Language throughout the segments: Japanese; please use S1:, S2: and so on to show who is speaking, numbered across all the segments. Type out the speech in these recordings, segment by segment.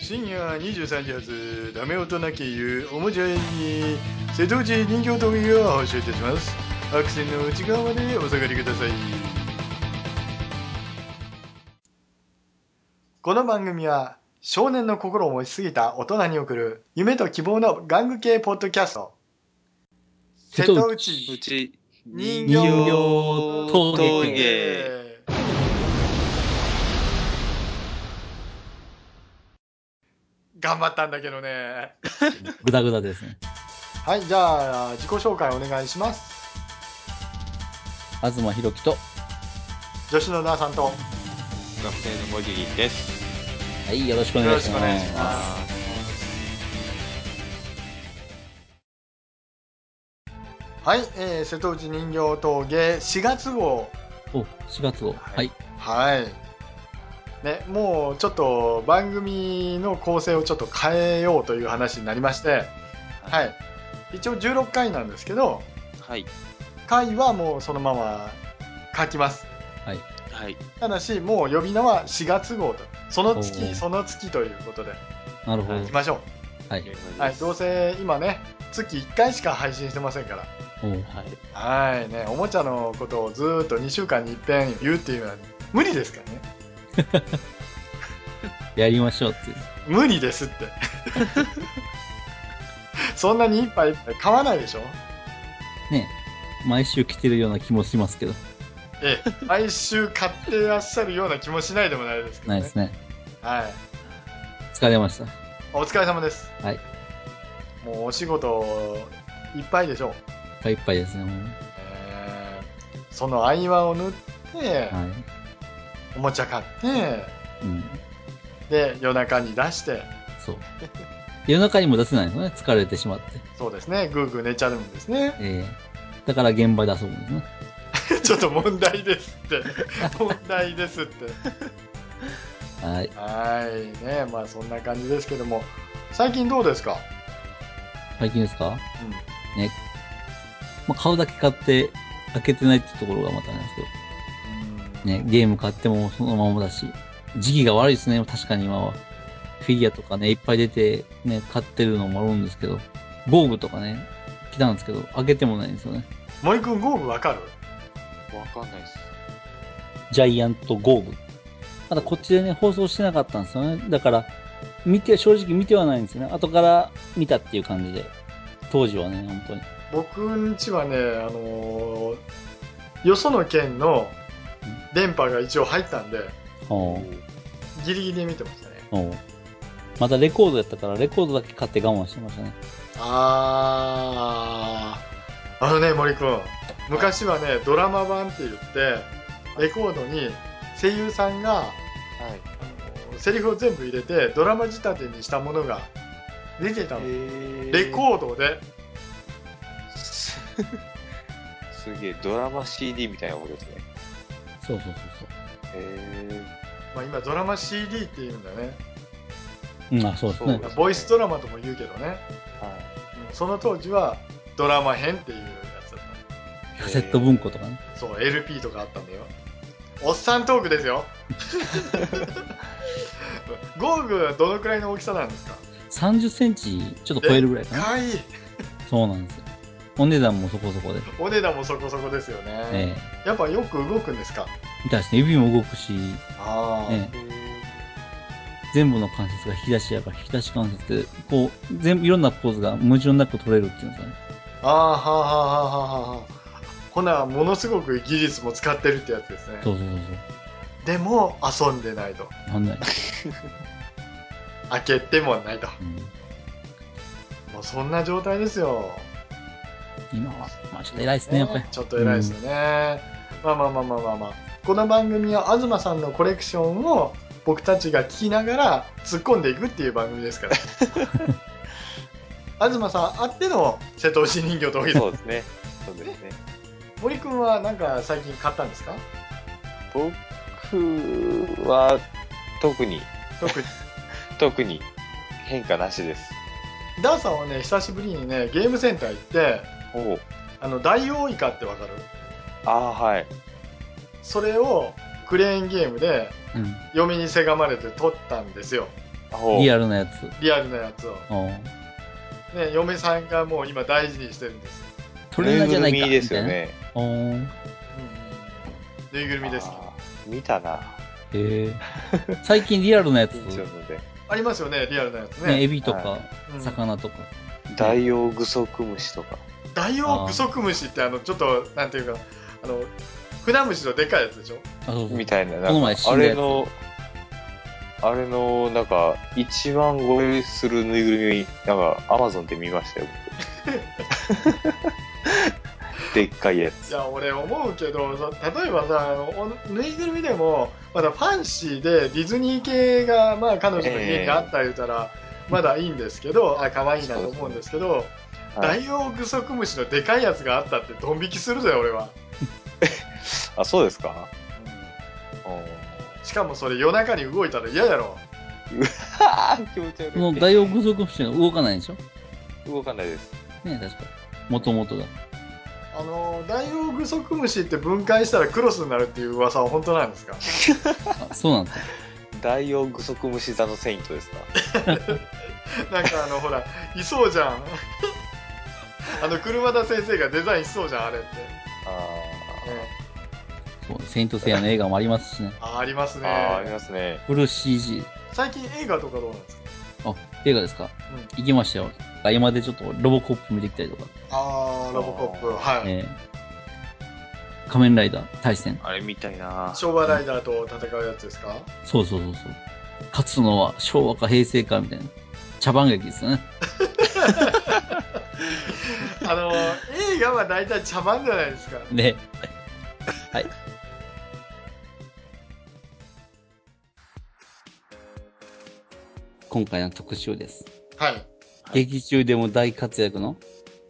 S1: 深夜23時発ダメ音なき湯おもちゃ屋に瀬戸内人形峠が発車いたしますアクセルの内側までお下がりくださいこの番組は少年の心を持ちすぎた大人に送る夢と希望の玩具系ポッドキャスト瀬
S2: 瀬戸
S1: 戸
S2: 内
S1: 内
S3: うち
S1: 人
S2: 形
S3: 峠
S1: 頑張ったんだけどね
S2: グダグダですね。
S1: はいじゃあ自己紹介お願いします
S2: 東博樹と、は
S1: 女子のなさんとよ
S3: 学生のもぎりです。。
S2: い、よろしくお願
S1: ろ
S2: い
S1: し
S2: し
S1: くお
S2: ま
S1: 願い
S2: す。
S1: しますはい、えー、瀬戸内人形峠4月号
S2: お、4月号。
S1: はい
S2: はい。
S1: はいね、もうちょっと番組の構成をちょっと変えようという話になりまして、はいい、一応16回なんですけど
S3: はい。
S1: 回はもうそのまま書きます
S3: はい。
S1: ただしもう呼び名は4月号とその
S2: おー
S1: 月その月ということで
S2: なるほど。
S3: はい
S1: きましょ
S2: は
S3: お願
S2: い。
S3: し
S1: う、は
S3: ま
S1: い、
S3: す
S1: どうせ今ね月1回しか配信してませんから
S2: おう
S3: はい。
S1: はいねおもちゃのことをずーっと2週間に一遍言うっていうのは無理ですからね
S2: やりましょうっていう。
S1: 無理ですって そんなに一杯一杯買わないでしょ
S2: ね。毎週来てるような気もしますけど。
S1: ええ毎週買ってらっしゃるような気もしないでもないですけど、
S2: な
S1: ね
S2: いですね。
S1: はい、
S2: 疲れました。
S1: お疲れ様です
S2: はい。
S1: もうお仕事いっぱいでしょう、
S2: いっぱいいっぱいですね。もう
S1: えーその合間を縫って、
S2: は
S1: おもちゃ買って
S2: い。うん。
S1: で夜中に出して
S2: そう。夜中にも出せないのね。疲れてしまって。
S1: そうですねグーグー寝ちゃうんですね
S2: ええだから現場で遊ぶんですね。
S1: ちょっと問題です って問題ですって
S2: はい。
S1: はいねまあそんな感じですけども最近どうですか、
S2: 最近ですか
S1: うん
S2: まあ、買うだけ買って、開けてないってところがまたあれなんですけど。ね、ゲーム買ってもそのままだし、時期が悪いですね、確かに今は。フィギュアとかね、いっぱい出て、ね、買ってるのもあるんですけど、防具とかね、来たんですけど、開けてもないんですよね。
S1: 森くんゴーグわかる
S3: わかんないです。
S2: ジャイアントゴーグ。まだこっちでね、放送してなかったんですよね。だから、見て、正直見てはないんですよね。後から見たっていう感じで。当時はね、本当に。
S1: 僕んちはねあのーよその県の電波が一応入ったんで
S2: おう
S1: ギリギリで見てましたね
S2: おうまたレコードやったから、レコードだけ買って我慢してましたね。
S1: あーあのね森くん昔はねドラマ版って言ってレコードに声優さんが
S3: はい。
S1: あのセリフを全部入れてドラマ仕立てにしたものが出てたの、
S3: え
S1: レコードで
S3: すすげえ、ドラマ CD みたいなことですね。
S2: そうそうそうそう。
S3: へ
S1: まあ、今ドラマ CD って言うんだね
S2: うん、あ、そうですね。
S3: そう
S1: ボイスドラマとも言うけどね
S3: え。は
S1: うんその当時はドラマ編っていうやつだっ
S2: カセット文庫とかね。
S1: たそう LP とかあったんだよおっさんトークですよ ゴーグはどのくらいの大きさなんですか
S2: 30センチちょっと超えるぐらいかな。
S1: かい
S2: そうなんですよ。お値段もそこそこで。
S1: お値段もそこそこですよね、
S2: ええ
S1: やっぱよく動くんですか
S2: みたいですね。指も動くし、
S1: ああ、
S2: ええ
S3: い。へ
S2: 全部の関節が引き出しやから、引き出し関節って、こう、全部いろんなポーズが矛盾なく取れるっていうんですかね。
S1: ああはあはあはあはあはあほなものすごく技術も使ってるってやつですね
S2: そうそうそう
S1: でも遊んでないと
S2: そう。なんない。
S1: 開けてもないと
S2: うん、
S1: もうそんな状態ですよ
S2: 今は、まあちょっと偉いですね、やっぱり。
S1: ちょっと偉いですよね、まあまあまあまあまあまあこの番組は東さんのコレクションを僕たちが聞きながら突っ込んでいくっていう番組です から東さんあっての瀬戸内人形とおい
S3: ー
S1: で
S3: そうですね。そうですね。
S1: 森君はなんか最近買ったんですか
S3: 僕は、特に、
S1: 特に
S3: 特に変化なしです。
S1: ダーさんはね久しぶりにねゲームセンター行って
S3: おう
S1: あのダイオウイカってわかる
S3: ああー、はい。
S1: それをクレーンゲームで
S2: うん。
S1: 嫁にせがまれて取ったんですよ
S3: あほう
S2: リアルなやつ。
S1: リアルなやつを。
S2: うん。
S1: ね、嫁さんがもう今大事にしてるんです。
S2: トレーナーじゃない
S3: ぬ
S2: か
S3: ぐるみですよ
S2: みたい
S3: ね。
S2: な。うん。へ
S1: ぬいぐるみですね。
S3: あー見たな。
S2: え。最近リアルな やつ、
S3: ちょっ
S2: ね、
S3: とね
S1: ありますよね、リアルなやつね。
S2: エビとか、
S1: うん
S2: 魚とか。
S3: ダイオウグソクムシとか。
S1: ダイオウグソクムシってあのちょっとなんていうかあのフナムシのでかいやつでしょ
S2: あ、そうそう
S3: み。たいな。
S2: この
S3: な
S2: 前
S3: ん
S2: 死
S3: かあ
S2: んだや
S3: れ
S2: つ
S3: の、あれの、なんか、1万超えするぬいぐるみ、なんか、アマゾンで見ました よ。僕でっかいや
S1: い
S3: つ。
S1: や俺思うけどそ例えばさあのおぬいぐるみでもまだファンシーでディズニー系がまあ彼女の家にあったりたら、まだいいんですけどあ可愛いなと思うんですけど
S3: はい、
S1: ダイオウグソクムシのでかいやつがあったってドン引きするぜ俺は、
S3: あ、そうですかうん
S1: しかもそれ夜中に動いたら嫌やろ
S3: はぁ気持ち悪い。
S2: もうダイオウグソクムシは動かないんでしょ
S3: 動かないです。
S2: ね確か。もともとが。
S1: あのダイオウグソクムシって分解したらクロスになるっていう噂は本当なん ですか
S2: あ、そうなんですか。
S3: ダイオウグソクムシ座のセイントですか
S1: なんかあのほらいそうじゃん あの車田先生がデザインしそうじゃんあれって、
S3: あ
S1: ね
S2: そう、セイントセイヤの映画もありますしね。
S1: ああります
S3: ーあー、あり
S1: ね
S3: ますね。
S2: フル CG。
S1: 最近映画とかどうなんですか
S2: あ、映画ですか、
S1: う
S2: 行きましたよ。あ今でちょっとロボコップ見てきたりとか、
S1: ああロボコップはい、
S2: えー仮面ライダー対戦。
S3: あれみたいな。
S1: 昭和ライダーと戦うやつです か
S2: そうそうそうそう。勝つのは昭和か平成かみたいな。茶番劇ですよね。
S1: あの映画は大体茶番じゃないですか
S2: で、今回の特集です。
S1: はい
S2: 劇中でも大活躍の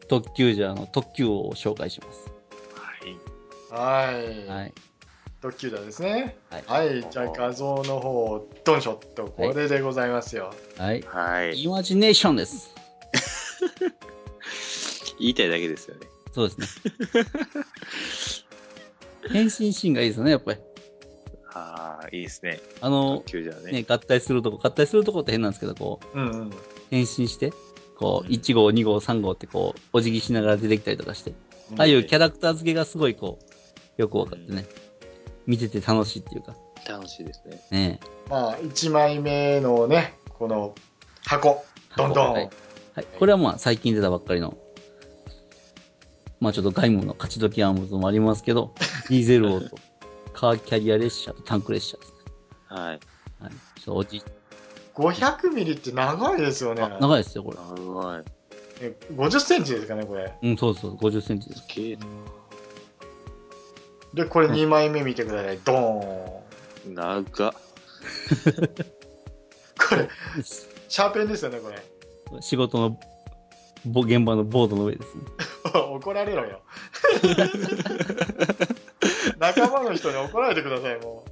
S2: 特急ジャーの特急王を紹介します。
S3: はい
S1: はい、
S2: はい。
S1: 特急だですね
S2: はい
S1: はいじゃあ画像の方ドンショットこれでございますよ、
S2: はい。
S3: はい。
S2: イマジネーションです。
S3: 言いたいだけですよね。
S2: そうですね。 変身シーンがいいですよね、やっぱり。
S3: ああ、いいですね。
S2: あの
S3: 特、急じゃね。
S2: ね、合体するとこ、合体するとこって変なんですけど、こう、
S1: うんうん
S2: 変身して、こう、
S3: うん
S2: 1号、2号、3号ってこう、お辞儀しながら出てきたりとかして、ああいうキャラクター付けがすごいこう、よくわかってね、見てて楽しいっていうか、
S3: 楽しいですね。
S2: ねえ
S1: まあ1枚目のねこの箱どんどん、
S2: はい。はい。これはまあ、最近出たばっかりの、まあちょっと外務の勝ち時アームズもありますけど、ディーゼル王と、カーキャリア列車とタンク列車ですね。
S3: はい。
S2: はい。ちょっとおじい
S1: 500ミリって長いですよね。
S2: あ、長いですよ、これ。
S3: 長い。
S1: え50センチですかね、これ。
S2: うん、そうそう、50センチです。
S3: すげえ
S1: で、これ2枚目見てください。ドーン。こ
S3: な。長っ。
S1: れ、シャーペンですよね、これ。
S2: 仕事の、ぼ現場のボードの上ですね。
S1: 怒られろ よ。仲間の人に怒られてください、も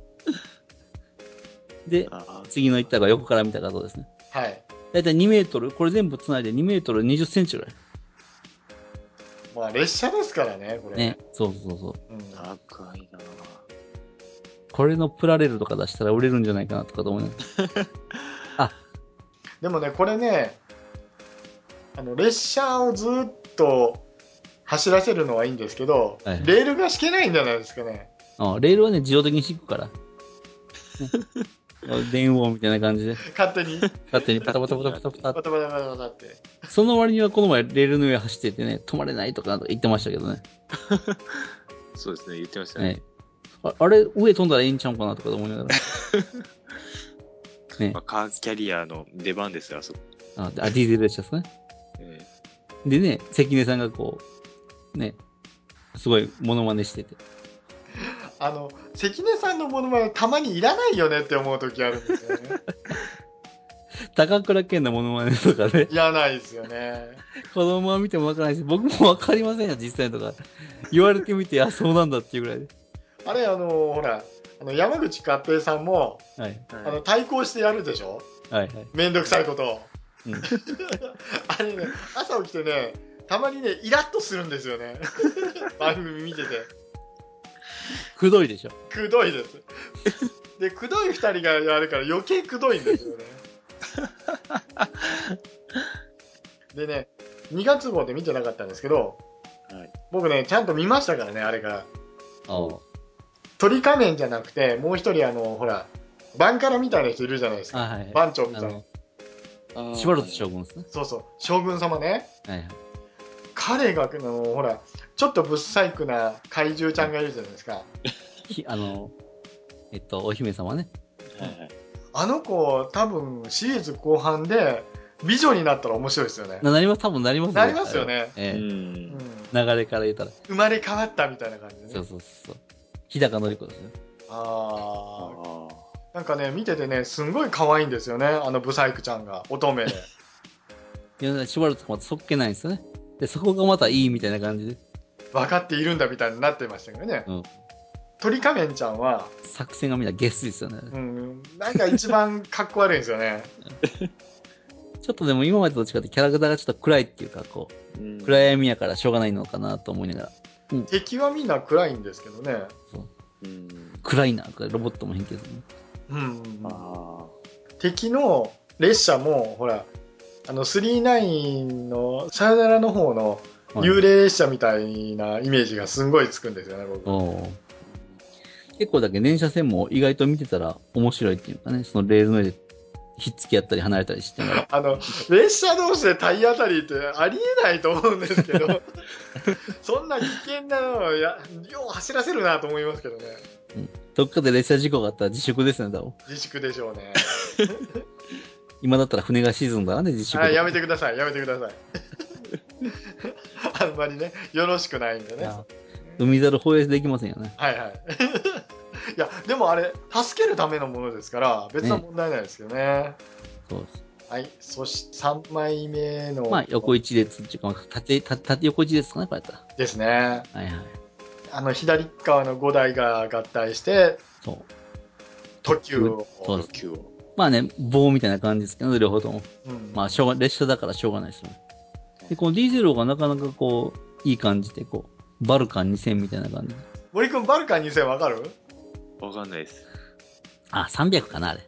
S1: う。
S2: で、
S3: あー
S2: 次の一ったが横から見た画像ですね。
S1: はい。
S2: だいたい2メートル、これ全部つないで2メートル20センチぐらい。
S1: まあ、列車ですからね、これ。
S2: ね。そうそうそう。
S1: うん、
S3: 長いな。
S2: これのプラレールとか出したら売れるんじゃないかなとかと思います。
S1: でもね、これね、あの、列車をずっと走らせるのはいいんですけど、
S2: はい
S1: レールが敷けないんじゃないですかね。
S2: あレールはね、自動的に敷くから。 ね電王みたいな感じで、
S1: 勝手 に、
S2: 勝手にパタパタパタパタパ
S1: バタバ
S2: タ。
S1: タバタバタって。
S2: その割にはこの前レールの上走っててね、止まれないとか言ってましたけどね。
S3: そうですね、言ってましたね。
S2: ねああれ、上飛んだらええんちゃうんかなとかと思いな がら。ね
S3: まあ、カーキャリアの出番ですよ、あそこ。
S2: あ、であディーゼル列車ですね。
S3: ええ
S2: でね、関根さんがこう、ね、すごいモノマネしてて。
S1: あの関根さんのものまねたまにいらないよねって思う時あるんですよ ね
S2: 高倉健のモノマネとかね、
S1: いらないですよね
S2: 子供は見てもわからないし、僕もわかりませんよ、実際とか。言われてみて、あ、そうなんだっていうぐらいで。
S1: あれあのほらあの山口勝平さんも
S2: はい。
S1: あの対抗してやるでしょ
S2: はい、はい。
S1: めんどくさいことを、
S2: うん
S1: あれね朝起きてねたまにねイラッとするんですよ ね番組見てて
S2: くどいでしょ。
S1: くどいですでくどい2人がやるから余計くどいんですよねでね、2月号で見てなかったんですけど、
S3: はい
S1: 僕ね、ちゃんと見ましたからね、あれから。
S2: あ
S1: 鳥仮面じゃなくて、もう一人、あの、ほら、バンカラみたいな人いるじゃないです
S2: あ。
S1: か。
S2: はいはい。
S1: 番長み
S2: あ
S1: たいな
S2: の。、
S3: あー
S2: しばらく将軍ですね。
S1: そうそう、将軍様ね。
S2: はいはい。
S1: 彼が、あの、ほら、ちょっと不細工な怪獣ちゃんがいるじゃないですか。
S2: ひあの、えっと、お姫様ね。
S3: はいはい
S1: あの子、多分、シリーズ後半で、美女になったら面白いですよね。
S2: ななります、多分なります
S1: なりますよ。ね。
S2: え
S3: う
S2: え
S1: うん
S3: ん。
S2: 流れから言ったら。
S1: 生まれ変わったみたいな感じでね。
S2: そうそうそう。日高のり子ですね。
S3: あ
S1: あ
S3: ー
S1: ーなんかね、見ててね、すんごい可愛いんですよね、あのブサイクちゃんが、乙 女で。
S2: いや、しばらくまたそっけないんですよね。で、そこがまたいいみたいな感じで。
S1: 分かっているんだみたいになってましたけどね。
S2: うん。
S1: 鳥仮面ちゃんは、
S2: 作戦がみんなゲスですよね。
S1: うん、なんか一番かっこ悪いんですよね。
S2: ちょっとでも今までと違ってキャラクターがちょっと暗いっていうか、こ
S3: うん
S2: う、暗闇やからしょうがないのかなと思いながら、
S1: 敵はみんな暗いんですけどね。
S3: うん
S2: 暗いな、これロボットも変形するね。
S1: うん
S3: あ、ー
S1: 敵の列車も、ほら、あの、39のさよならの方の
S2: はい
S1: 幽霊列車みたいなイメージがすんごいつくんですよね、僕。
S2: おー結構だけ連射線も意外と見てたら面白いっていうかね、そのレールの上でひっつき合ったり離れた りしてながら、
S1: あの、列車同士で体当たりってありえないと思うんですけ ど、そんな危険なのをや、よう走らせるなと思いますけどね。
S2: どっかで列車事故があったら自粛ですね、だろ。
S1: 自粛でしょうね。
S2: 今だったら船が沈んだらね、自粛。
S1: はい、やめてください、やめてください。 あんまりね、よろしくないんでね。
S2: あ海猿放映できませんよね。
S1: はい はい。いや、でもあれ、助けるためのものですから、別な問題ないですけどね。
S2: そうです。
S1: はい、そして3枚目の、
S2: まあ、横一列っていうか、まあ縦、縦縦横一列かな、こうやった
S1: ですね。
S2: ら。はいはい。
S1: あの、左側の5台が合体して、
S2: そう。
S1: 特急を。
S2: そうです
S3: 特急を
S2: まあね、棒みたいな感じですけど、両方とも。
S1: うん
S2: まあ、しょうが、列車だからしょうがないですよね。で、この D0 がなかなかこう、いい感じで、こう、バルカン2000みたいな感じ。
S1: 森君バルカン2000わかる
S3: わかんないです。
S2: あ、300かな、あれ。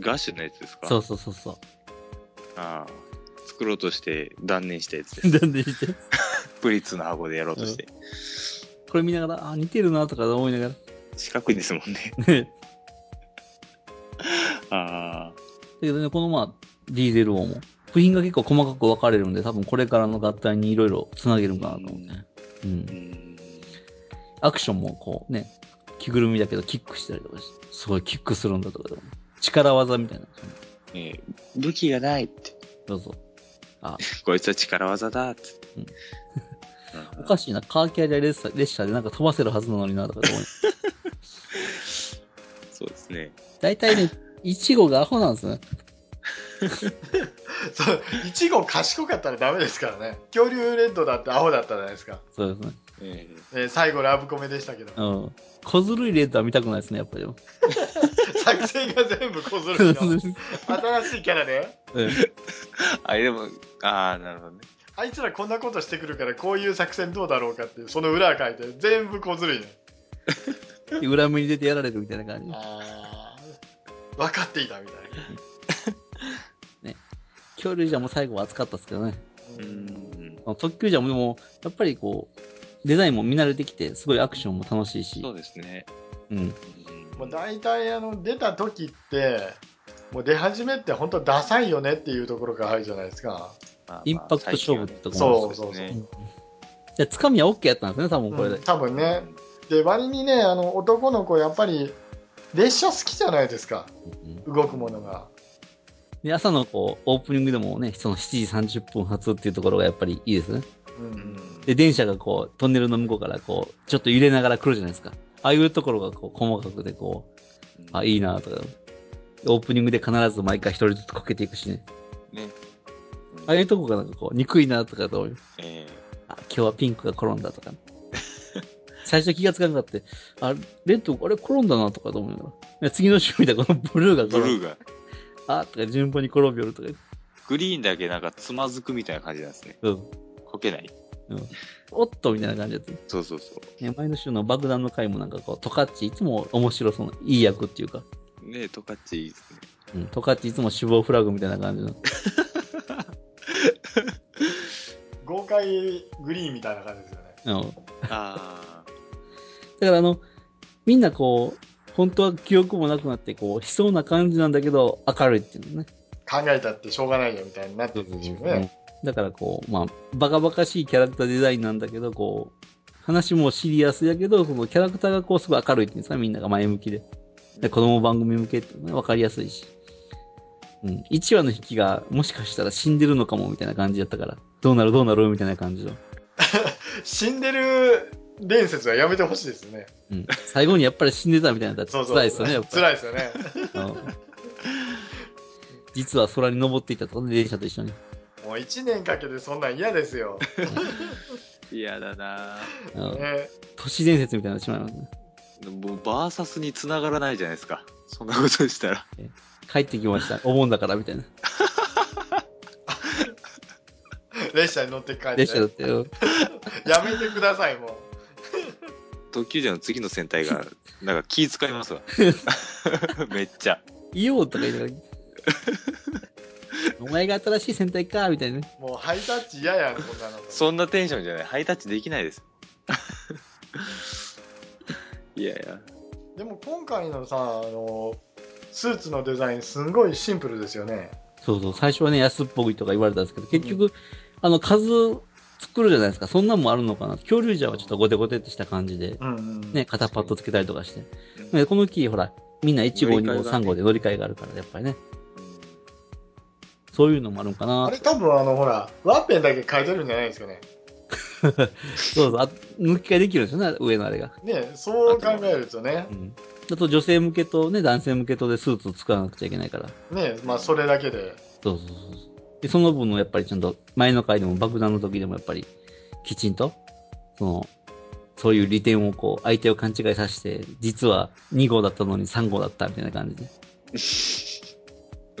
S3: ガッシュのやつですか
S2: そうそうそうそ
S3: ああ。作ろうとして断念したやつで
S2: う。
S3: す。
S2: なんで見て
S3: プリッツの箱でやろうとして。
S2: これ見ながら、あ、似てるなとか思いなが
S3: 四角いですもんね。
S2: ら。 ね。
S3: あ
S2: だけどね、このまあ、D0 王も、部品が結構細かく分かれるんで、多分これからの合体にいろいろつなげるんかなと思うね。う。
S3: あ。うんん。
S2: アクションもこうね、着ぐるみだけどキックしたりとかして、すごいキックするんだとかでも、力技みたいな感じ。
S3: ねえ武器がないって。
S2: どうぞ。あ、
S3: こいつは力技だって。
S2: うん
S3: うん
S2: おかしいな、カーキャリア列車列車でなんか飛ばせるはずなのになとか思い。
S3: そうですね。
S2: 大体ね、イチゴがアホなんですね。
S1: そう、いちご賢かったらダメですからね。恐竜レッドだってアホだったじゃないですか。
S2: そうですね。
S3: え
S1: えー最後ラブコメでしたけど、
S2: うん。小ずるいレートは見たくないですね、やっぱり。
S1: 作戦が全部小ずるい の。
S2: う
S1: 新しいキャラで、
S2: ん
S3: えあ、でも、ああ、なるほどね。
S1: あいつらこんなことしてくるから、こういう作戦どうだろうかっていう、その裏書いて、全部小ずるいね。
S2: で裏目に出てやられるみたいな感じ。
S1: あー分かっていたみたい
S2: 恐竜じゃもう最後は熱かったですけどね。
S1: な。
S3: ん。
S2: あの特急じゃもうでも、やっぱりこう、デザインも見慣れてきて、すごいアクションも楽しいし。
S3: そうですね。
S2: うん。
S1: もう大体あの出た時って、もう出始めって本当ダサいよねっていうところから入るじゃないですか。
S2: インパクト勝負ってとこ
S1: もあるそうそうそう
S3: ですね
S2: じゃつかみは OK やったんですね、多分これで。
S1: うん多分ね。で、割にね、あの男の子、やっぱり列車好きじゃないですか、
S2: うん
S1: 動くものが。
S2: で、朝のこう、オープニングでもね、その7時30分発っていうところがやっぱりいいですね。
S1: う
S3: うんん。
S2: で、電車がこう、トンネルの向こうからこう、ちょっと揺れながら来るじゃないですか。ああいうところがこう、細かくでこう、あ、いいなとか。オープニングで必ず毎回一人ずつこけていくしね。
S3: ね。
S2: ああいうとこがなんかこう、憎いなとかと思う。
S3: え
S2: あ、今日はピンクが転んだとか、 最初気がつかなかった。あ、レッド、あれ転んだなとかと思いながら。次の週見たらこのブルーが
S3: えブル
S2: 転ん
S3: ーが、
S2: だ。あ、とか順番に転びよるとか。
S3: グリーンだけなんかつまずくみたいな感じなんですね。
S2: うん。
S3: こけない。
S2: おっとみたいな感じだっ
S3: そうそうそ
S2: た。ね、前の週の爆弾の回もなんかこう、トカッチいつも面白そうな、いい役っていうか。
S3: う。ねえ、トカッチいいですね。
S2: うん、トカッチいつも死亡フラグみたいな感じの。
S1: 界グリーンみたいな感じですよね。
S2: うん。
S4: あー
S2: だからあの、みんなこう、本当は記憶もなくなって、こう、悲壮な感じなんだけど、明るいっていうのね。
S1: 考えたってしょうがないよみたいになってるんでしょうね。
S2: だからこう、まあ、バカバカしいキャラクターデザインなんだけど、こう、話もシリアスやけど、そのキャラクターがこう、すごい明るいっていうんですか、みんなが前向きで。で子供番組向けっていうのね、わかりやすいし。うん。1話の引きが、もしかしたら死んでるのかも、みたいな感じだったから。どうなるどうなるみたいな感じの。
S1: 死んでる伝説はやめてほしいですね。
S2: うん。最後にやっぱり死んでたみたいなのだった
S1: そう
S2: ら
S1: そう
S2: 辛いですよね、やっぱり。
S1: 辛いですよね。
S2: うん実は空に登っていたとかね、電車と一緒に。
S1: もう1年かけてそんなん嫌ですよ。
S4: 嫌だな
S2: うん
S1: ね、
S2: 都市伝説みたいになってしまいますね。
S4: もうバーサスに繋がらないじゃないですかそんなことし たら
S2: 帰ってきました。お盆だから、みたいな。
S1: 列車に乗って帰っ。
S2: 電車だってて。うん
S1: やめてください、もう。
S4: 特急じゃの次の戦隊がなんか気使いますわ めっちゃ
S2: いようとか言いなが ら。お前が新しい戦隊か、みたいなね。
S1: もうハイタッチ嫌やん、こんなの。
S4: そんなテンションじゃないハイタッチできないです いやいや
S1: でも今回のさ、あの、スーツのデザインすんごいシンプルですよね。
S2: そうそう、最初はね、安っぽいとか言われたんですけど、結局、あの、数作るじゃないですか。そんなんもあるのかな。恐竜じゃはちょっとゴテゴテってした感じで、
S1: うん、うん。
S2: ね、肩パッドつけたりとかして。
S4: うん
S2: ねこの木、ほら、みんな1号、
S4: 乗り
S2: 2
S4: 換え
S2: 号、
S4: がね
S2: 3号で乗り換えがあるから、やっぱりね。そういうのもあるのか
S1: あ
S2: な
S1: れ。多分あの、ほら、ワッペンだけ変えてるんじゃないですかね。
S2: そうそう、あ抜き替えできるんですよね、上のあれが。
S1: ね、そう考えるとね
S2: う、ん。あと女性向けとね、男性向けとでスーツを使わなくちゃいけないから。
S1: ね、まあそれだけで。
S2: そうそうそうそう。で、その分のやっぱりちゃんと、前の回でも爆弾の時でもやっぱり、きちんと、その、そういう利点をこう、相手を勘違いさせて、実は2号だったのに3号だったみたいな感じで。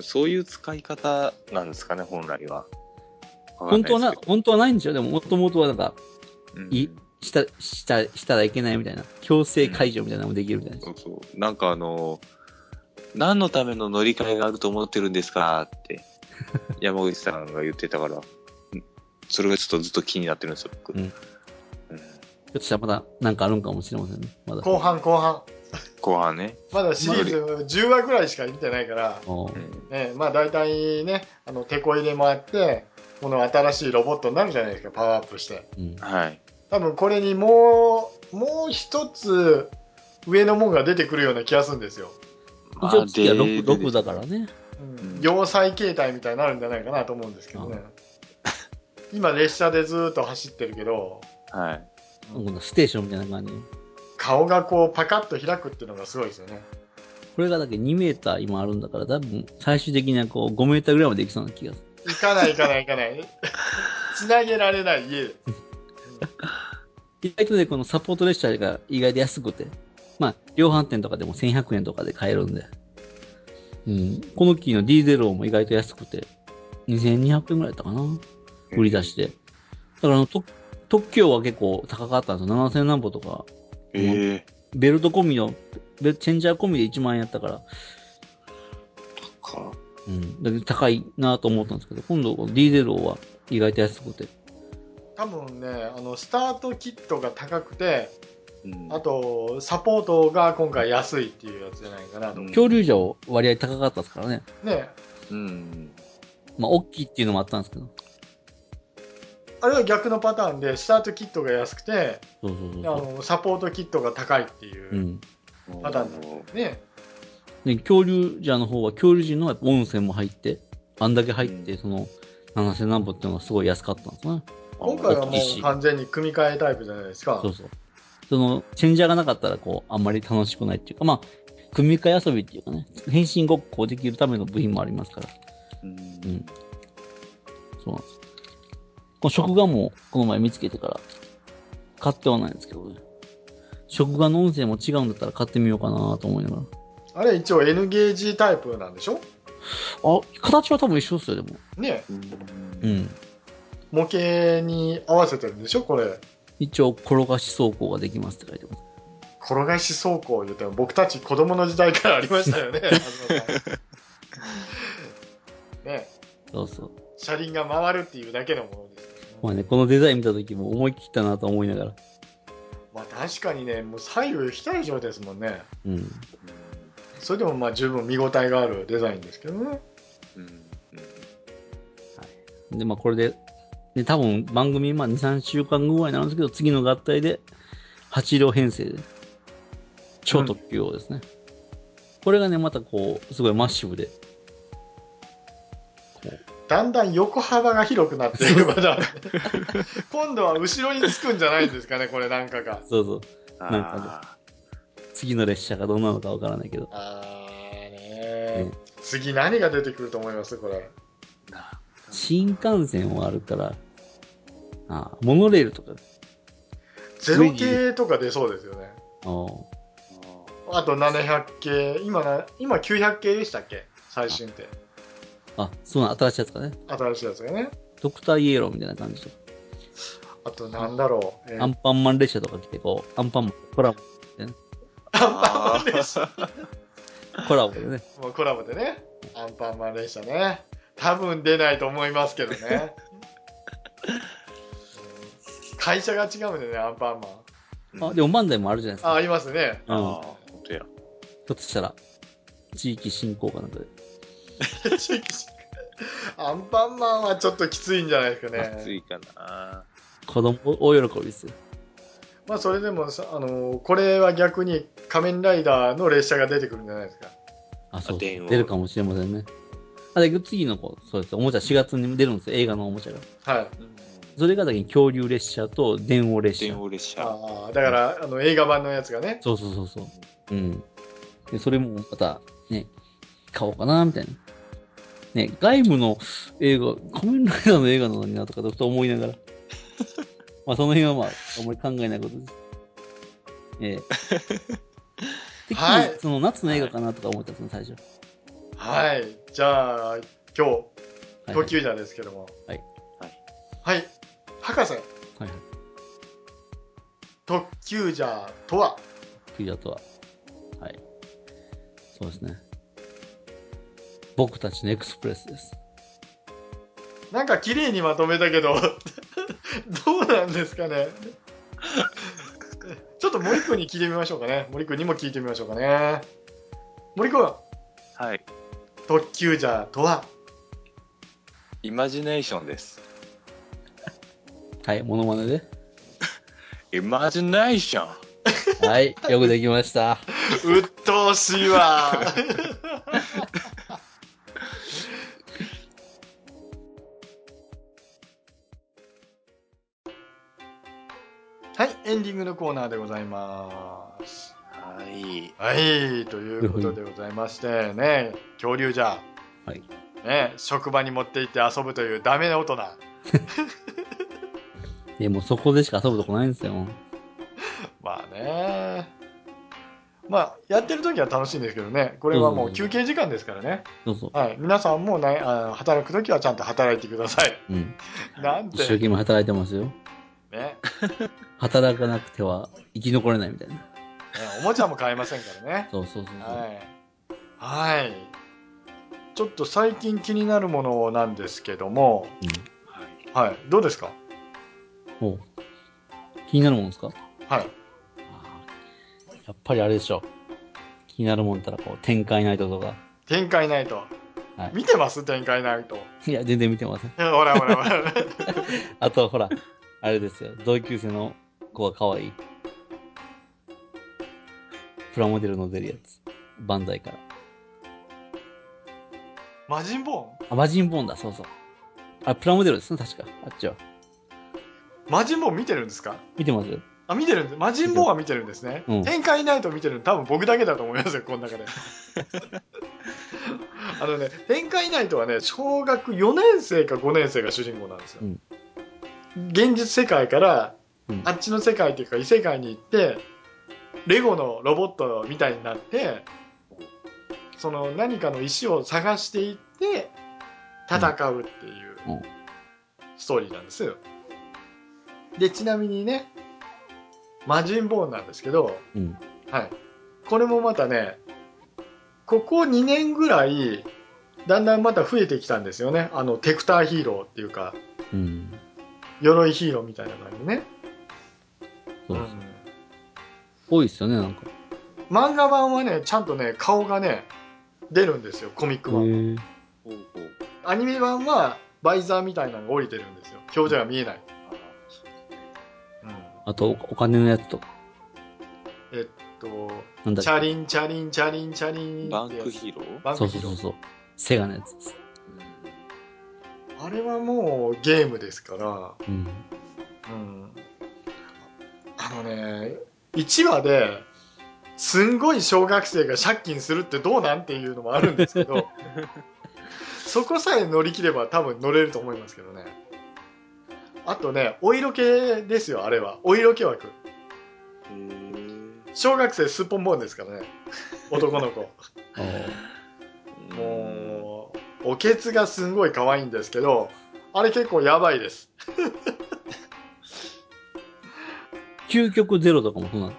S4: そういう使い方なんですかね本来は
S2: 本当はな
S4: わ、
S2: 本当はないんですよ。でも、もともとはなんか、
S4: かんないですけど
S2: いした、した、したらいけないみたいな。強制解除みたいなのもできるみたいな。
S4: そうそう。なんかあの、何のための乗り換えがあると思ってるんですか って、山口さんが言ってたから、うんそれがちょっとずっと気になってるんですよ、僕。
S2: うん
S4: うん
S2: ひょっとしたらまだ、なんかあるんかもしれませんね。まだ。
S1: 後半後半。
S4: 後半ね。
S1: まだシリーズ10話ぐらいしか見てないから、
S2: おー
S4: うん
S1: ね、まあ大体ね、あの、手こ入れもあって、この新しいロボットになるじゃないですか、パワーアップして。
S2: うん。
S4: はい。
S1: 多分これにもう、もう一つ上のもんが出てくるような気がするんですよ。
S4: ま
S2: 一応次は6、
S4: で
S2: 六だからね。
S1: うん
S4: うん
S1: 要塞形態みたいになるんじゃないかなと思うんですけどね。今列車でずーっと走ってるけど、
S4: はい。
S2: 今度ステーションみたいな感じ。
S1: 顔がこうパカッと開くっていうのがすごいですよね。
S2: これがだけ2メーター今あるんだから、多分最終的にはこう5メーターぐらいまでいきそうな気がする。
S1: 行かない行かない行か ない。つなげられない家。うん
S2: 意外とね、このサポート列車が意外と安くて、まあ、量販店とかでも1100円とかで買えるんで、うん、このキーの D0 も意外と安くて、2200円ぐらいだったかな売り出して。だからあの、特特許は結構高かったんですよ。7000何歩とか、
S4: ええ
S2: ベルト込みの、ベチェンジャー込みで1万円やったから、
S4: か。
S2: うん、だけど高いなと思ったんですけど、今度この D0 は意外と安くて、
S1: 多分ね、あの、スタートキットが高くて、
S4: うん
S1: あと、サポートが今回安いっていうやつじゃないかなと。
S4: うん
S2: 恐竜城割合高かったですからね。
S1: ね
S4: うん。
S2: まあ、大きいっていうのもあったんですけど。
S1: あれは逆のパターンで、スタートキットが安くて、
S2: そうそうそ
S1: あ
S2: うそ。
S1: の、サポートキットが高いっていう
S2: う。
S1: ううんパターンなんですよね。
S2: で、恐竜じゃの方は、恐竜人の温泉も入って、あんだけ入って、その、7000何歩っていうのがすごい安かったんですね。
S1: 今回はも
S2: 大きいし
S1: う完全に組み替えタイプじゃないですか。
S2: そうそう。その、チェンジャーがなかったら、こう、あんまり楽しくないっていうか、まあ、組み替え遊びっていうかね、変身ごっこできるための部品もありますから。
S4: うん
S2: うん。そうなんです。この食玩もこの前見つけてから買ってはないんですけどね。食玩の音声も違うんだったら買ってみようかなと思いながら。
S1: あれ一応 N ゲージタイプなんでしょ
S2: あ、形は多分一緒ですよ、でも。
S1: ね
S4: うん
S2: うん。
S1: 模型に合わせてるんでしょこれ。
S2: 一応、転がし走行ができますって書いてます。
S1: 転がし走行言うても僕たち子供の時代からありましたよね。東さんね
S2: そうそう。
S1: 車輪が回るっていうだけのものですよね。
S2: まあね、このデザイン見た時も思い切ったなと思いながら。
S1: まあ確かにね、もう左右非対称ですもんね。
S2: うん。
S1: それでもまあ十分見応えがあるデザインですけどね。
S4: うんうん
S2: で、まあこれで、ね、多分番組、まあ2、3週間後ぐらいになるんですけど、次の合体で、8両編成で、超特急をですね。これがね、またこう、すごいマッシブで。
S1: だんだん横幅が広くなっているまだ今度は後ろにつくんじゃないんですかね、これなんかが。
S2: そうそう。
S4: あ
S2: なんか次の列車がどんなのかわからないけど。
S1: あーね
S2: ね
S1: 次何が出てくると思いますこれ。
S4: ーな
S2: 新幹線はあるから、ああモノレールとか。
S1: ゼロ系とか出そうですよね。
S2: ああ
S1: あと700系、今な、今900系でしたっけ最新って。
S2: あ、そうなの、新しいやつかね。
S1: 新しいやつがね。
S2: ドクターイエローみたいな感じとか。
S1: あとなんだろう。えー
S2: アンパンマン列車とか来て、こう、アンパンマン、コラボ、
S4: あー
S2: コラボでね。
S1: もうコラボでね。アンパンマン列車ね。多分出ないと思いますけど ね。うん会社が違うんでね、アンパンマン。
S2: あ、でも漫才もあるじゃないですか。
S1: あ、ありますね。
S2: うん。ひ
S4: あー、本当や。
S2: ょっとしたら、地域振興かなんかで。
S1: アンパンマンはちょっときついんじゃないですかね。
S4: 暑いかな。
S2: 子供大喜びですよ。
S1: まあそれでもさ、あのーこれは逆に仮面ライダーの列車が出てくるんじゃないですか。
S2: あ、そう。
S4: あ
S2: 出
S4: 電話
S2: るかもしれませんね。あ、だけど次の子、そうです。おもちゃ4月に出るんですよ。映画のおもちゃが。
S1: はい。
S2: それがだけに恐竜列車と電王列車
S4: 電。王列車。
S1: ああ、だから、あの映画版のやつがね。
S2: そうそうそうそう。うん。で、それもまた、ね、買おうかな、みたいな。ね、外部の映画、仮面ライダーの映画なのになとか、ちょっと思いな がら。まあ、その辺はまあ、あんまり考えないことです。え えてっきり
S1: はい
S2: その夏の映画かなとか思ったんですね、最初。
S1: はい。じゃあ、今日、
S2: はい
S1: トキュージャーですけども。
S2: はい。
S1: はい。博士、
S2: はいはい。
S1: 特急ジャーとは
S2: クイズとは。はい。そうですね。僕たちのエクスプレスです。
S1: なんか綺麗にまとめたけど、 どうなんですかね。 ちょっと森君に聞いてみましょうかね。森君にも聞いてみましょうかね。森君、
S4: はい。
S1: 特急ジャーとは
S4: イマジネーションです。
S2: はい、モノマネで。
S4: イマジネーション。
S2: はい、よくできました。
S1: 鬱陶しいわ。はい、エンディングのコーナーでございます。
S4: はい。
S1: はい、ということでございましてね、恐竜じゃ、
S2: はい。
S1: ね、職場に持って行って遊ぶというダメな大人。
S2: いや、もうそこでしか遊ぶとこないんですよ。
S1: まあね。まあ、やってる時は楽しいんですけどね、これはもう休憩時間ですからね。
S2: そうそう。
S1: はい、皆さんもね、あの働く時はちゃんと働いてくだ さい。
S2: うん。
S1: なん
S2: 一生
S1: て
S2: 懸命働いてますよ。
S1: ねね、
S2: 働かなくては生き残れないみたいな。
S1: おもちゃも買えませんからね。
S2: そうそうそうそう。
S1: はい。はい。ちょっと最近気になるものなんですけども、
S4: はい。
S1: はい、どうですか。
S2: おう気になるもんですか
S1: はい。
S2: あーやっぱりあれでしょ。気になるもんったら、こう、展開ナイトとか。
S1: 展開ないと。
S2: はい
S1: 見てます展開ないと。
S2: いや、全然見てません。
S1: ほらほらほ ら。
S2: あと、 ほら、あれですよ。同級生の子が可愛い。プラモデルの出るやつ。バンダイから。
S1: 魔人ボ
S2: あ、マジンボーンだ、そうそう。あ、プラモデルですね、確か。あっちは。
S1: ーン。魔人ボーン見てるんですか。
S2: 見てますよ。
S1: あ、見てるんです。魔人ボーンは見てるんですね。
S2: うん
S1: 展開ないと見てるの多分僕だけだと思いますよ、この中 で。あのね、展開ないとはね、小学4年生か5年生が主人公なんですよ。
S2: うん
S1: 現実世界から、
S2: うん
S1: あっちの世界というか異世界に行って、レゴのロボットみたいになって、その何かの石を探していって、戦うっていう
S2: うんうん
S1: ストーリーなんですよ。で、ちなみにね、魔人ボーンなんですけど、
S2: うん。
S1: はい、これもまたね、ここ2年ぐらい、だんだんまた増えてきたんですよね、あのテクターヒーローっていうか、
S2: うん。
S1: 鎧ヒーローみたいな感じね。
S2: そううん多いですよね、なんか。
S1: 漫画版はね、ちゃんとね、顔がね、出るんですよ、コミック版。
S2: へえ
S4: ほうほう
S1: アニメ版はバイザーみたいなのが降りてるんですよ。表情が見えない。
S2: あと、お金のやつとか。
S1: えっと、
S2: なんだ
S1: チャリンチャリンチャリンチャリン
S4: バンク
S1: ー
S4: ヒーロー
S1: バン
S2: そ
S1: ク
S2: う
S1: ヒ
S2: そう
S1: ーロ
S2: そ
S1: ー。
S2: うそう。セガのやつです。
S1: あれはもうゲームですから、
S2: うん。
S1: うんあのね、1話で、すんごい小学生が借金するってどうなんっていうのもあるんですけど、そこさえ乗り切れば多分乗れると思いますけどね。あとね、お色気ですよ、あれは。お色気枠。小学生すっぽんぼんですからね。男の子。
S2: あー
S1: もう、おけつがすんごい可愛いんですけど、あれ結構やばいです。
S2: 究極ゼロとかもそうなんで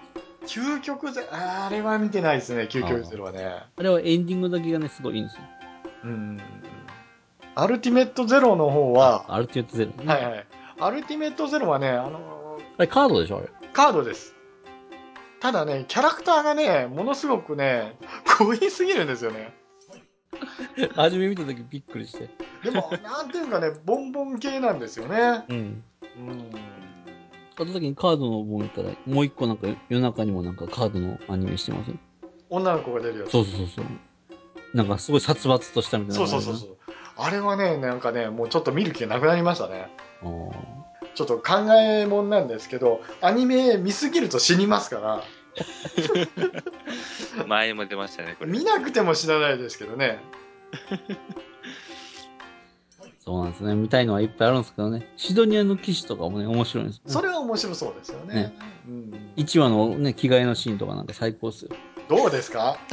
S2: す。
S1: 究極ゼあーあれは見てないですね、究極ゼロはね。
S2: あれはエンディングだけがね、すごいいいんですよ。
S1: うん。アルティメットゼロの方は、
S2: アルティメットゼロ、ね。
S1: はい
S2: あ
S1: はい。アルティメットゼロはね、あの
S2: れカードでしょ、あれ。
S1: ーカードです。ただね、キャラクターがね、ものすごくね、 濃いすぎるんですよね。
S2: 初め見た時びっくりして。
S1: でも、なんていうかね、ボンボン系なんですよね。
S2: うん。
S1: うん。
S2: 買った時にカードの思いったら、もう一個なんか夜中にもなんかカードのアニメしてますよ
S1: 女の子が出るやつ。
S2: そうそうそうそう。なんかすごい殺伐としたみたい
S1: そ
S2: な。
S1: うそうそうそう。あれはね、なんかね、もうちょっと見る気がなくなりましたね。
S2: あー
S1: ちょっと考えもんなんですけど、アニメ見すぎると死にますから、
S4: 前にも出ましたね、これ。
S1: 見なくても死なないですけどね。
S2: そうなんですね。見たいのはいっぱいあるんですけどね。シドニアの騎士とかもね、面白いんですよね
S1: それは面白そうですよね。
S2: ね
S1: うん、
S2: 一話のね、着替えのシーンとかなんか最高っすよ。
S1: どうですか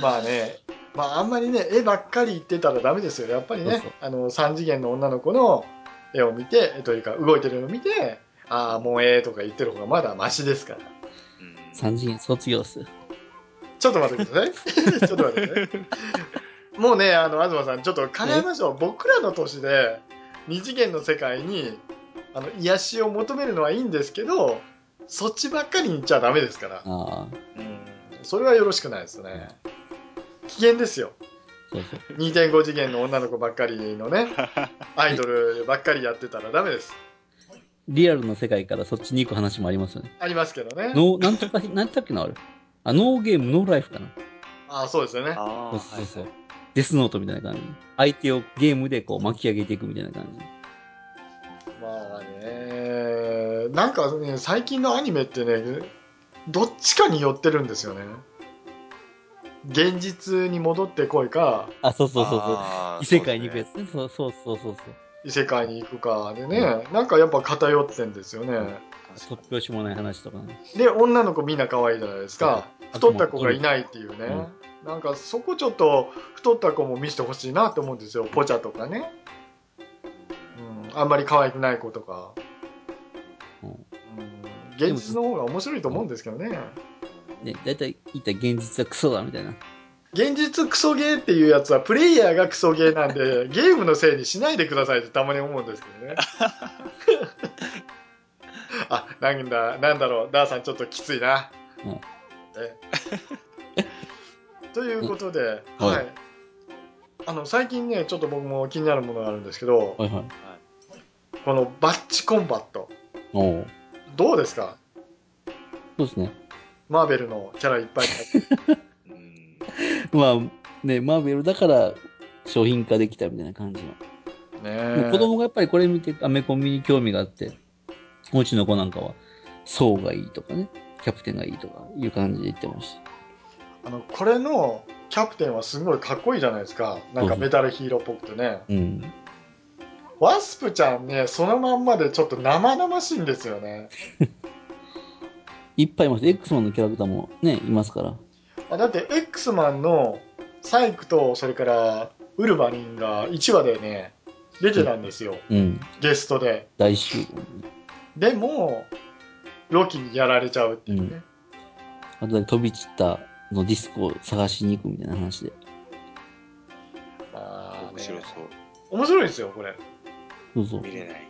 S1: まあね、まああんまりね、絵ばっかり言ってたらダメですよ。やっぱりね、
S2: そうそう
S1: あの、三次元の女の子の絵を見て、絵というか動いてるのを見て、ああ、もうええとか言ってる方がまだマシですから。
S4: うん
S2: 三次元卒業っすよ。
S1: ちょっと待ってください。 ちょっと待ってください。もうね、あの、東さん、ちょっと考えましょう。僕らの年で、二次元の世界に、あの、癒しを求めるのはいいんですけど、そっちばっかりに行っちゃダメですから。
S2: ああ、
S1: うん。それはよろしくないですね。危険ですよ。
S2: そうそう。
S1: 2.5次元の女の子ばっかりの ね、アイドルばっかりやってたらダメです。
S2: リアルの世界からそっちに行く話もありますよね。
S1: ありますけどね。
S2: ノー、なんとか、なんだっけな、あれ。あ、ノーゲーム、ノーライフかな。
S1: ああ、そうですよね。
S4: あ
S2: そ
S4: あ、
S2: うそうそう。
S4: はい
S2: デスノートみたいな感じ。相手をゲームでこう巻き上げていくみたいな感じ。
S1: まあね、なんかね、最近のアニメってね、どっちかに寄ってるんですよね。現実に戻ってこいか、
S2: あ、そうそうそうそう。
S4: あー
S2: 異世界に行くや
S4: そ
S2: つね。そうそうそうそうそう。
S1: 異世界に行くかでね、なんかやっぱ偏ってんですよね。
S2: 突拍子もない話とかね。
S1: で、女の子みんな可愛いじゃないですか。太った子がいないっていうね。なんかそこちょっと太った子も見せてほしいなって思うんですよ。ポチャとかね。うん、あんまり可愛くない子とか。
S2: うん
S1: うん現実の方が面白いと思うんですけどね。
S2: ね、だいたい言ったら現実はクソだみたいな。
S1: 現実クソゲーっていうやつはプレイヤーがクソゲーなんで ゲームのせいにしないでくださいってたまに思うんですけどねあなんだなんだろうダーさんちょっときついな、
S2: うん
S1: ね ということで、
S2: うん
S1: はい、
S2: は
S1: あの最近ねちょっと僕も気になるものがあるんですけど、
S2: はいはい。
S1: このバッチコンバット
S2: おお。
S1: どうですか
S2: そうですね。
S1: マーベルのキャラいっぱい 入って
S4: ううん
S2: まあ、ね、マーベルだから商品化できたみたいな感じの。でも
S1: ね
S2: 子供がやっぱりこれ見てアメコミに興味があって、うちの子なんかは、ソーがいいとかね、キャプテンがいいとかいう感じで言ってました。
S1: あのこれのキャプテンはすごいかっこいいじゃないですかなんかメタルヒーローっぽくてね
S2: うん。
S1: ワスプちゃんねそのまんまでちょっと生々しいんですよね
S2: いっぱいいます。X マンのキャラクターもね、いますから。
S1: あだって X マンのサイクとそれからウルヴァリンが1話でね出てたんですよ
S2: うん。
S1: ゲストで
S2: 大集合。
S1: でもロキにやられちゃうっていうね、
S2: あと飛び散ったのディスコを探しに行くみたいな話で。
S1: まあね
S4: 面白そう。
S1: 面白いですよこれ
S2: どうぞ
S4: 見。れない。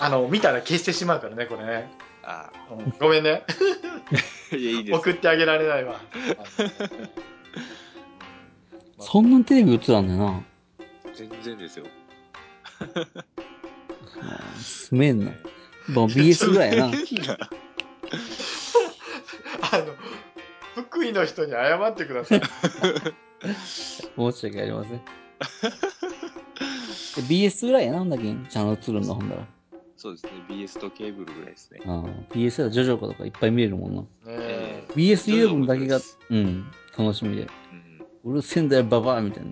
S1: あの、見たら消してしまうからね、これね。
S4: あ
S1: うんごめんね。
S4: あ。いや、いいです。
S1: 送ってあげられないわ。
S2: そんなにテレビ映ってたんだよな。
S4: 全然ですよ。
S2: すめんな。まあ BS ぐらいやな。
S1: あの、福井の人に謝ってください。
S2: 申し訳ありません。BS ぐらいやな、ほんだけん。チャンネル映るんだ、ほんだら。
S4: そうですね。BS とケーブルぐらいですね。
S2: うん。BS やらジョジョかとかいっぱい見れるもんな。
S1: ね
S4: え
S2: BS ユーブンだけが
S4: ジョジョ面白いで
S2: うん、楽
S4: す、
S2: しみで。
S4: うん。
S2: うるせえんだよ、ババアみたいな。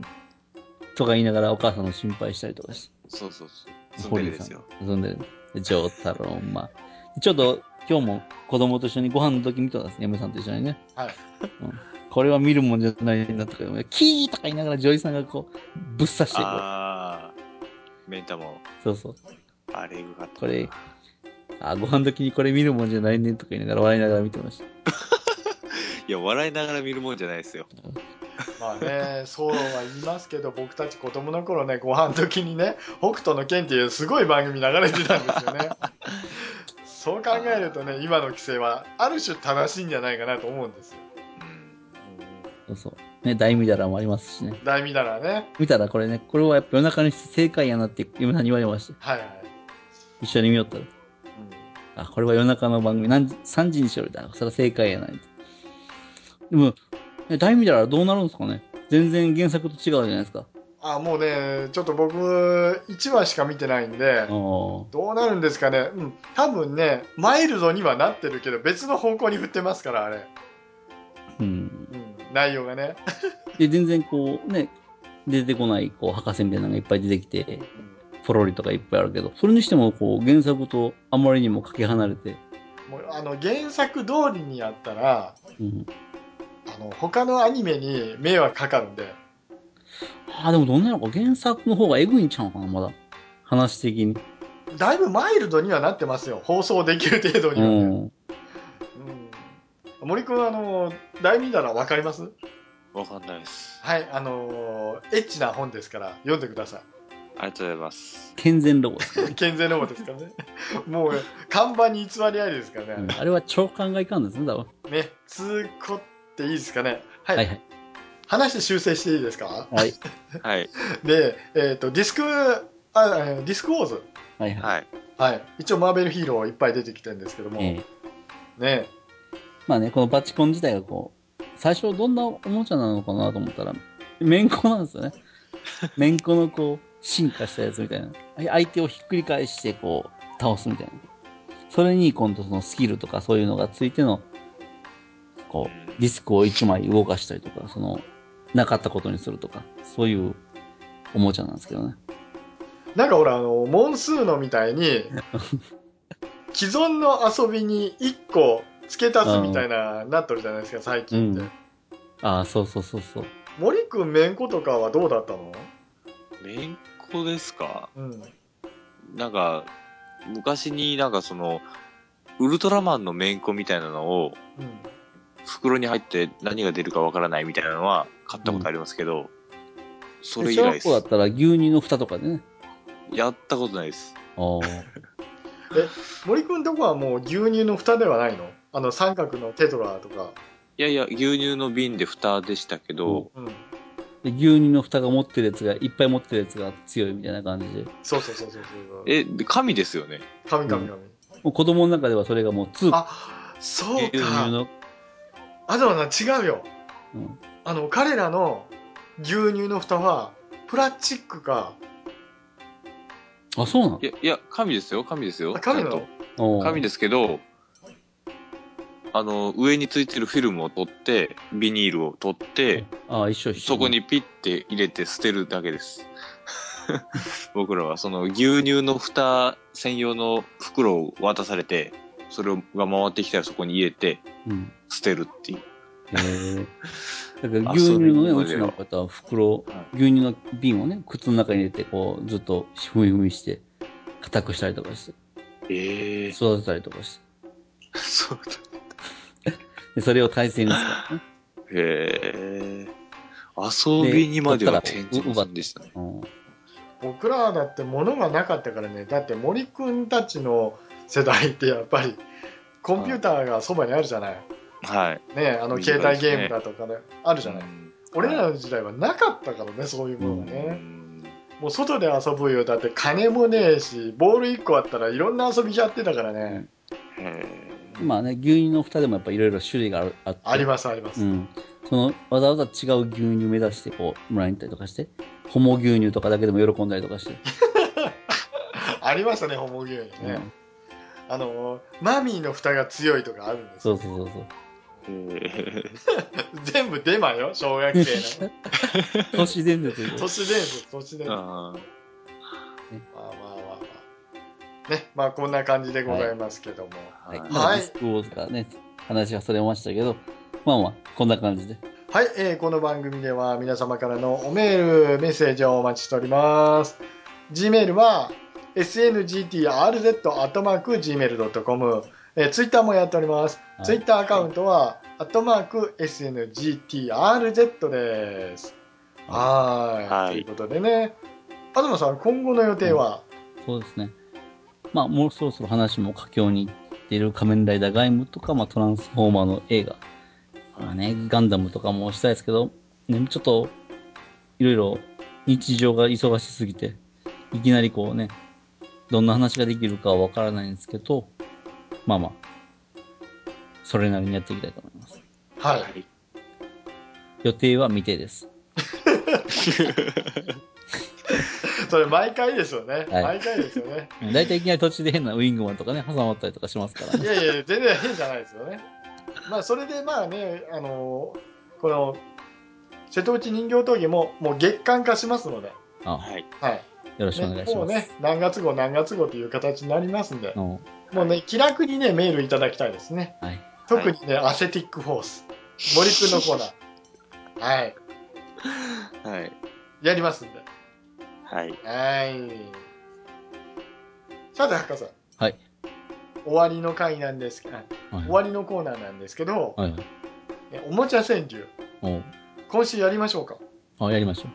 S2: とか言いながらお母さんの心配したりとかして。
S4: そうそうそう。それですよ。
S2: 遊んでる。ジョータロンマ。ちょっと、今日も子供と一緒にご飯の時見たんですね。嫁さんと一緒にね。
S1: はい
S2: うん。これは見るもんじゃないなとか、キーとか言いながら女医さんがこう、ぶっ刺してこう。
S4: ああ。メンタも、
S2: そうそう。
S4: あれ、よかったな。
S2: これあ、ご飯の時にこれ見るもんじゃないねとか言いながら笑いながら見てました。
S4: いや、笑いながら見るもんじゃないですよ。
S1: まあね、そうは言いますけど、僕たち子供の頃ね、ご飯時にね、北斗の剣っていうすごい番組流れてたんですよ ね。そう考えるとね、今の規制はある種正しいんじゃないかなと思うんですよ。
S4: うん。
S2: そうそう。ね、大見だらもありますしね。
S1: 大見ならね、
S2: 見たらこれね、これはやっぱ夜中にして正解やなって嫁さんに言われました。
S1: はいはい。
S2: 一緒に見よったら。あ、これは夜中の番組、何時、3時にしよるだ。それは正解やない。でも、ね大見たらどうなるんですかね全然原作と違うじゃないですか。
S1: あ、もうね、ちょっと僕、1話しか見てないんで、
S2: お
S1: どうなるんですかね、うん、多分ね、マイルドにはなってるけど、別の方向に振ってますから、あれ、
S2: うん。
S1: うん、内容がね。
S2: で、全然こう、ね、出てこない、こう、博士みたいなのがいっぱい出てきて、ポロリとかいっぱいあるけど、それにしても、こう、原作とあまりにもかけ離れて、
S1: もうあの原作通りにやったら、
S2: うん。
S1: あの他のアニメに迷惑かかるんで、
S2: ああ、でもどんなのか、原作の方がエグいんちゃうかな、まだ。話的に。
S1: だいぶマイルドにはなってますよ、放送できる程度
S2: う
S1: にはね。
S2: ん。
S1: うん森君、あの、大見ならわかります
S4: わかんないです。
S1: はい、あの、エッチな本ですから、読んでください。
S4: ありがとうございます。
S2: 健全ロゴですね。
S1: 健全の本ですからね。 もう、看板に偽りありですから
S2: う
S1: ね
S2: ん。あれは長官がいかんですね、だわ。
S1: ね、通行っていいですかね。はい。
S2: はいはい。
S1: 話して修正していいですか
S2: はい。
S4: はい。
S1: で、えっ、と、ディスク、あえーディスクウォーズ。
S2: はいはい。
S4: はい。
S1: はい。一応、マーベルヒーローいっぱい出てきてるんですけども、
S2: ええ
S1: ね、
S2: まあね、このバチコン自体がこう、最初どんなおもちゃなのかなと思ったら、面子なんですよ ね。面子のこう、進化したやつみたいな。相手をひっくり返してこう、倒すみたいな。それに今度そのスキルとかそういうのがついての、こう、ディスクを一枚動かしたりとか、その、なかったことにするとか、そういうおもちゃなんですけどね。
S1: なんかほら、あの、モンスーノみたい に、既存の遊びに1個付け足すみたいな、なっとるじゃないですか、最近って。
S2: うんああ、そうそうそうそう。
S1: 森くん、めんことかはどうだったの
S4: めんこですか
S1: うん。
S4: なんか、昔になんかその、ウルトラマンのめんこみたいなのを、
S1: うん。
S4: 袋に入って何が出るかわからないみたいなのは買ったことありますけど、それ以来
S2: で
S4: で
S2: 小学校だ
S4: す。
S2: ったら牛乳の蓋とかでね。
S4: やったことないです。
S2: ああ。
S1: 森くんとこはもう牛乳の蓋ではないのあの、三角のテトラとか。
S4: いやいや、牛乳の瓶で蓋でしたけど、
S1: うん。
S2: で牛乳の蓋が持ってるやつが、いっぱい持ってるやつが強いみたいな感じで。
S1: そうそうそうそうそう。
S4: え、神ですよね。
S1: 神々々。
S2: もう子供の中ではそれがもう通貨。
S1: あ、そう
S2: 牛乳
S1: か。
S2: の、
S1: あざわさん違うよ。
S2: うん
S1: あの、彼らの牛乳の蓋は、プラスチックか、
S2: あ、そうなの
S4: いや、いや、神ですよ、神ですよ。
S1: あ神な
S4: ちゃ
S1: の
S4: んと紙
S2: で。
S4: ですけど、あの、上についてるフィルムを取って、ビニールを取って、
S2: ああ、一緒一緒。
S4: そこ。にピッて入れて捨てるだけです。 僕らはその牛乳の蓋専用の袋を渡されて、それが回ってきたらそこに入れて
S2: うん。
S4: 捨てるっていう。
S2: へえ。だから牛乳のね、
S4: あそういう意味では
S2: うちの方は袋
S4: は、
S2: 牛乳の瓶をね、靴の中に入れて、こう、ずっとふみふみして、固くしたりとかして、
S4: ええ
S2: 育てたりとかして。
S4: そうだ。
S2: で、それを大切に使うね。
S4: へえ。遊びにまでは
S2: で
S4: 転じませんでしたね。
S2: うん。
S1: 僕らだって物がなかったからねだって森くんたちの世代ってやっぱりコンピューターがそばにあるじゃない、
S4: はい。
S1: ね、あの
S4: 身近
S1: 携
S4: ですね
S1: 帯ゲームだとかねあるじゃない、
S4: うん
S1: 俺らの時代はなかったからねそういうものが
S4: う
S1: ね、
S4: ん
S1: もう外で遊ぶよだって金もねえしボール1個あったらいろんな遊びやってたからね、
S4: へ
S2: まあね、牛乳の蓋でもやっぱいろいろ種類があるあって。
S1: ありますあります、
S2: うん。その、わざわざ違う牛乳目指して、こう、もらいに行ったりとかして、ホモ牛乳とかだけでも喜んだりとかして。
S1: ありましたねホモ牛乳
S2: う
S1: ね、
S2: ん
S1: あのマミーの蓋が強いとかあるんです
S2: そ
S1: よ
S2: うそうそうそう。
S4: え。
S1: 全部デマよ小学 生の
S2: 都市伝説で
S1: 都市伝説都市伝説まあ
S4: あ
S1: まあまあまあねまあこんな感じでございますけども、
S4: あ
S2: はい。
S4: は
S2: まあ、
S4: い
S2: ディスクウォーズからね、話はそれましたけど、まあまあ、こんな感じで。
S1: はい、えーこの番組では皆様からのおメール、メッセージをお待ちしております。Gmail は sngtrz.gmail.com、えー、Twitter もやっております。
S2: はい
S1: Twitter アカウントは、アットマーク sngtrz です。はーい,、
S4: はい
S1: ということでね、東さん、今後の予定は、
S2: そうですね。まあ、もうそろそろ話も佳境に行っている仮面ライダーガイムとか、まあ、トランスフォーマーの映画、まあね、ガンダムとかもしたいですけど、ね、ちょっと、いろいろ日常が忙しすぎて、いきなりこうね、どんな話ができるかはわからないんですけど、まあまあ、それなりにやっていきたいと思います。
S1: はい、
S2: 予定は未定です。
S1: それ毎回ですよね。
S2: はい
S1: 毎回ですよね。
S2: だいたいいきなり途中で変なウィングマンとかね、挟まったりとかしますから
S1: い
S2: ね。
S1: やいや、全然変じゃないですよね。まあ、それでまあね、あのこの、瀬戸内人形闘技も、もう月間化しますので、
S2: あ
S4: はい。
S1: はい。
S2: よろしくお願いし
S1: ねもう
S2: ます。
S1: ね、何月号何月号という形になりますんで
S2: あ、の
S1: もうね、気楽にね、メールいただきたいですね。
S2: はい。
S1: 特にね、アセティックフォース。森くんのコーナー。はい。
S4: はい。
S1: やりますんで。
S4: はい。
S1: はい。さて、博士。
S2: はい。
S1: 終わりの回なんですけど、あ
S2: はい
S1: 終わりのコーナーなんですけど、
S2: はいはい。
S1: ねおもちゃ川柳、
S2: おう
S1: 今週やりましょうか。
S2: あ、やりましょう。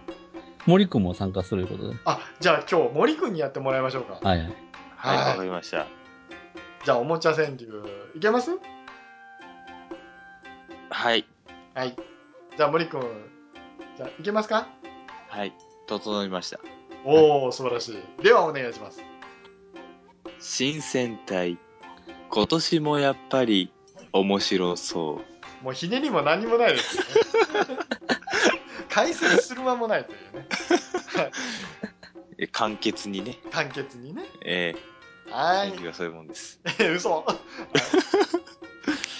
S2: 森くんも参加するということで。
S1: あじゃあ今日森くんにやってもらいましょうか
S2: はいはい。
S4: はい。わ
S1: は
S4: かりました。
S1: いじゃあおもちゃ川柳いけます
S4: はい。
S1: はいじゃあ森くんじゃあいけますか
S4: はい。整いました。
S1: おお、素晴らしいではお願いします
S4: 新戦隊。今年もやっぱり面白そう。
S1: もうひねりも何もない です、ね、解説する間もないというね
S4: え簡潔にね。
S1: 簡潔にね
S4: ええ
S1: は
S4: 演技
S1: い
S4: がそういうもんです。
S1: 嘘はい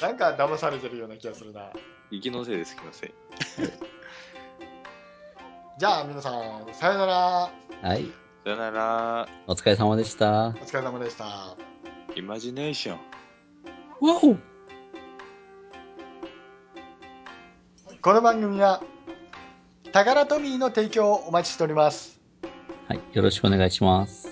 S1: なんか騙されてるような気がするな
S4: 生きのせいです、きません。
S1: じゃあ皆さんさよなら
S2: はい。
S4: さよなら、
S2: お疲れ様でした。わ
S1: お疲れ様でした
S4: イマジネーション。
S2: お
S1: この番組はタカラトミーの提供をお待ちしております
S2: はい。よろしくお願いします。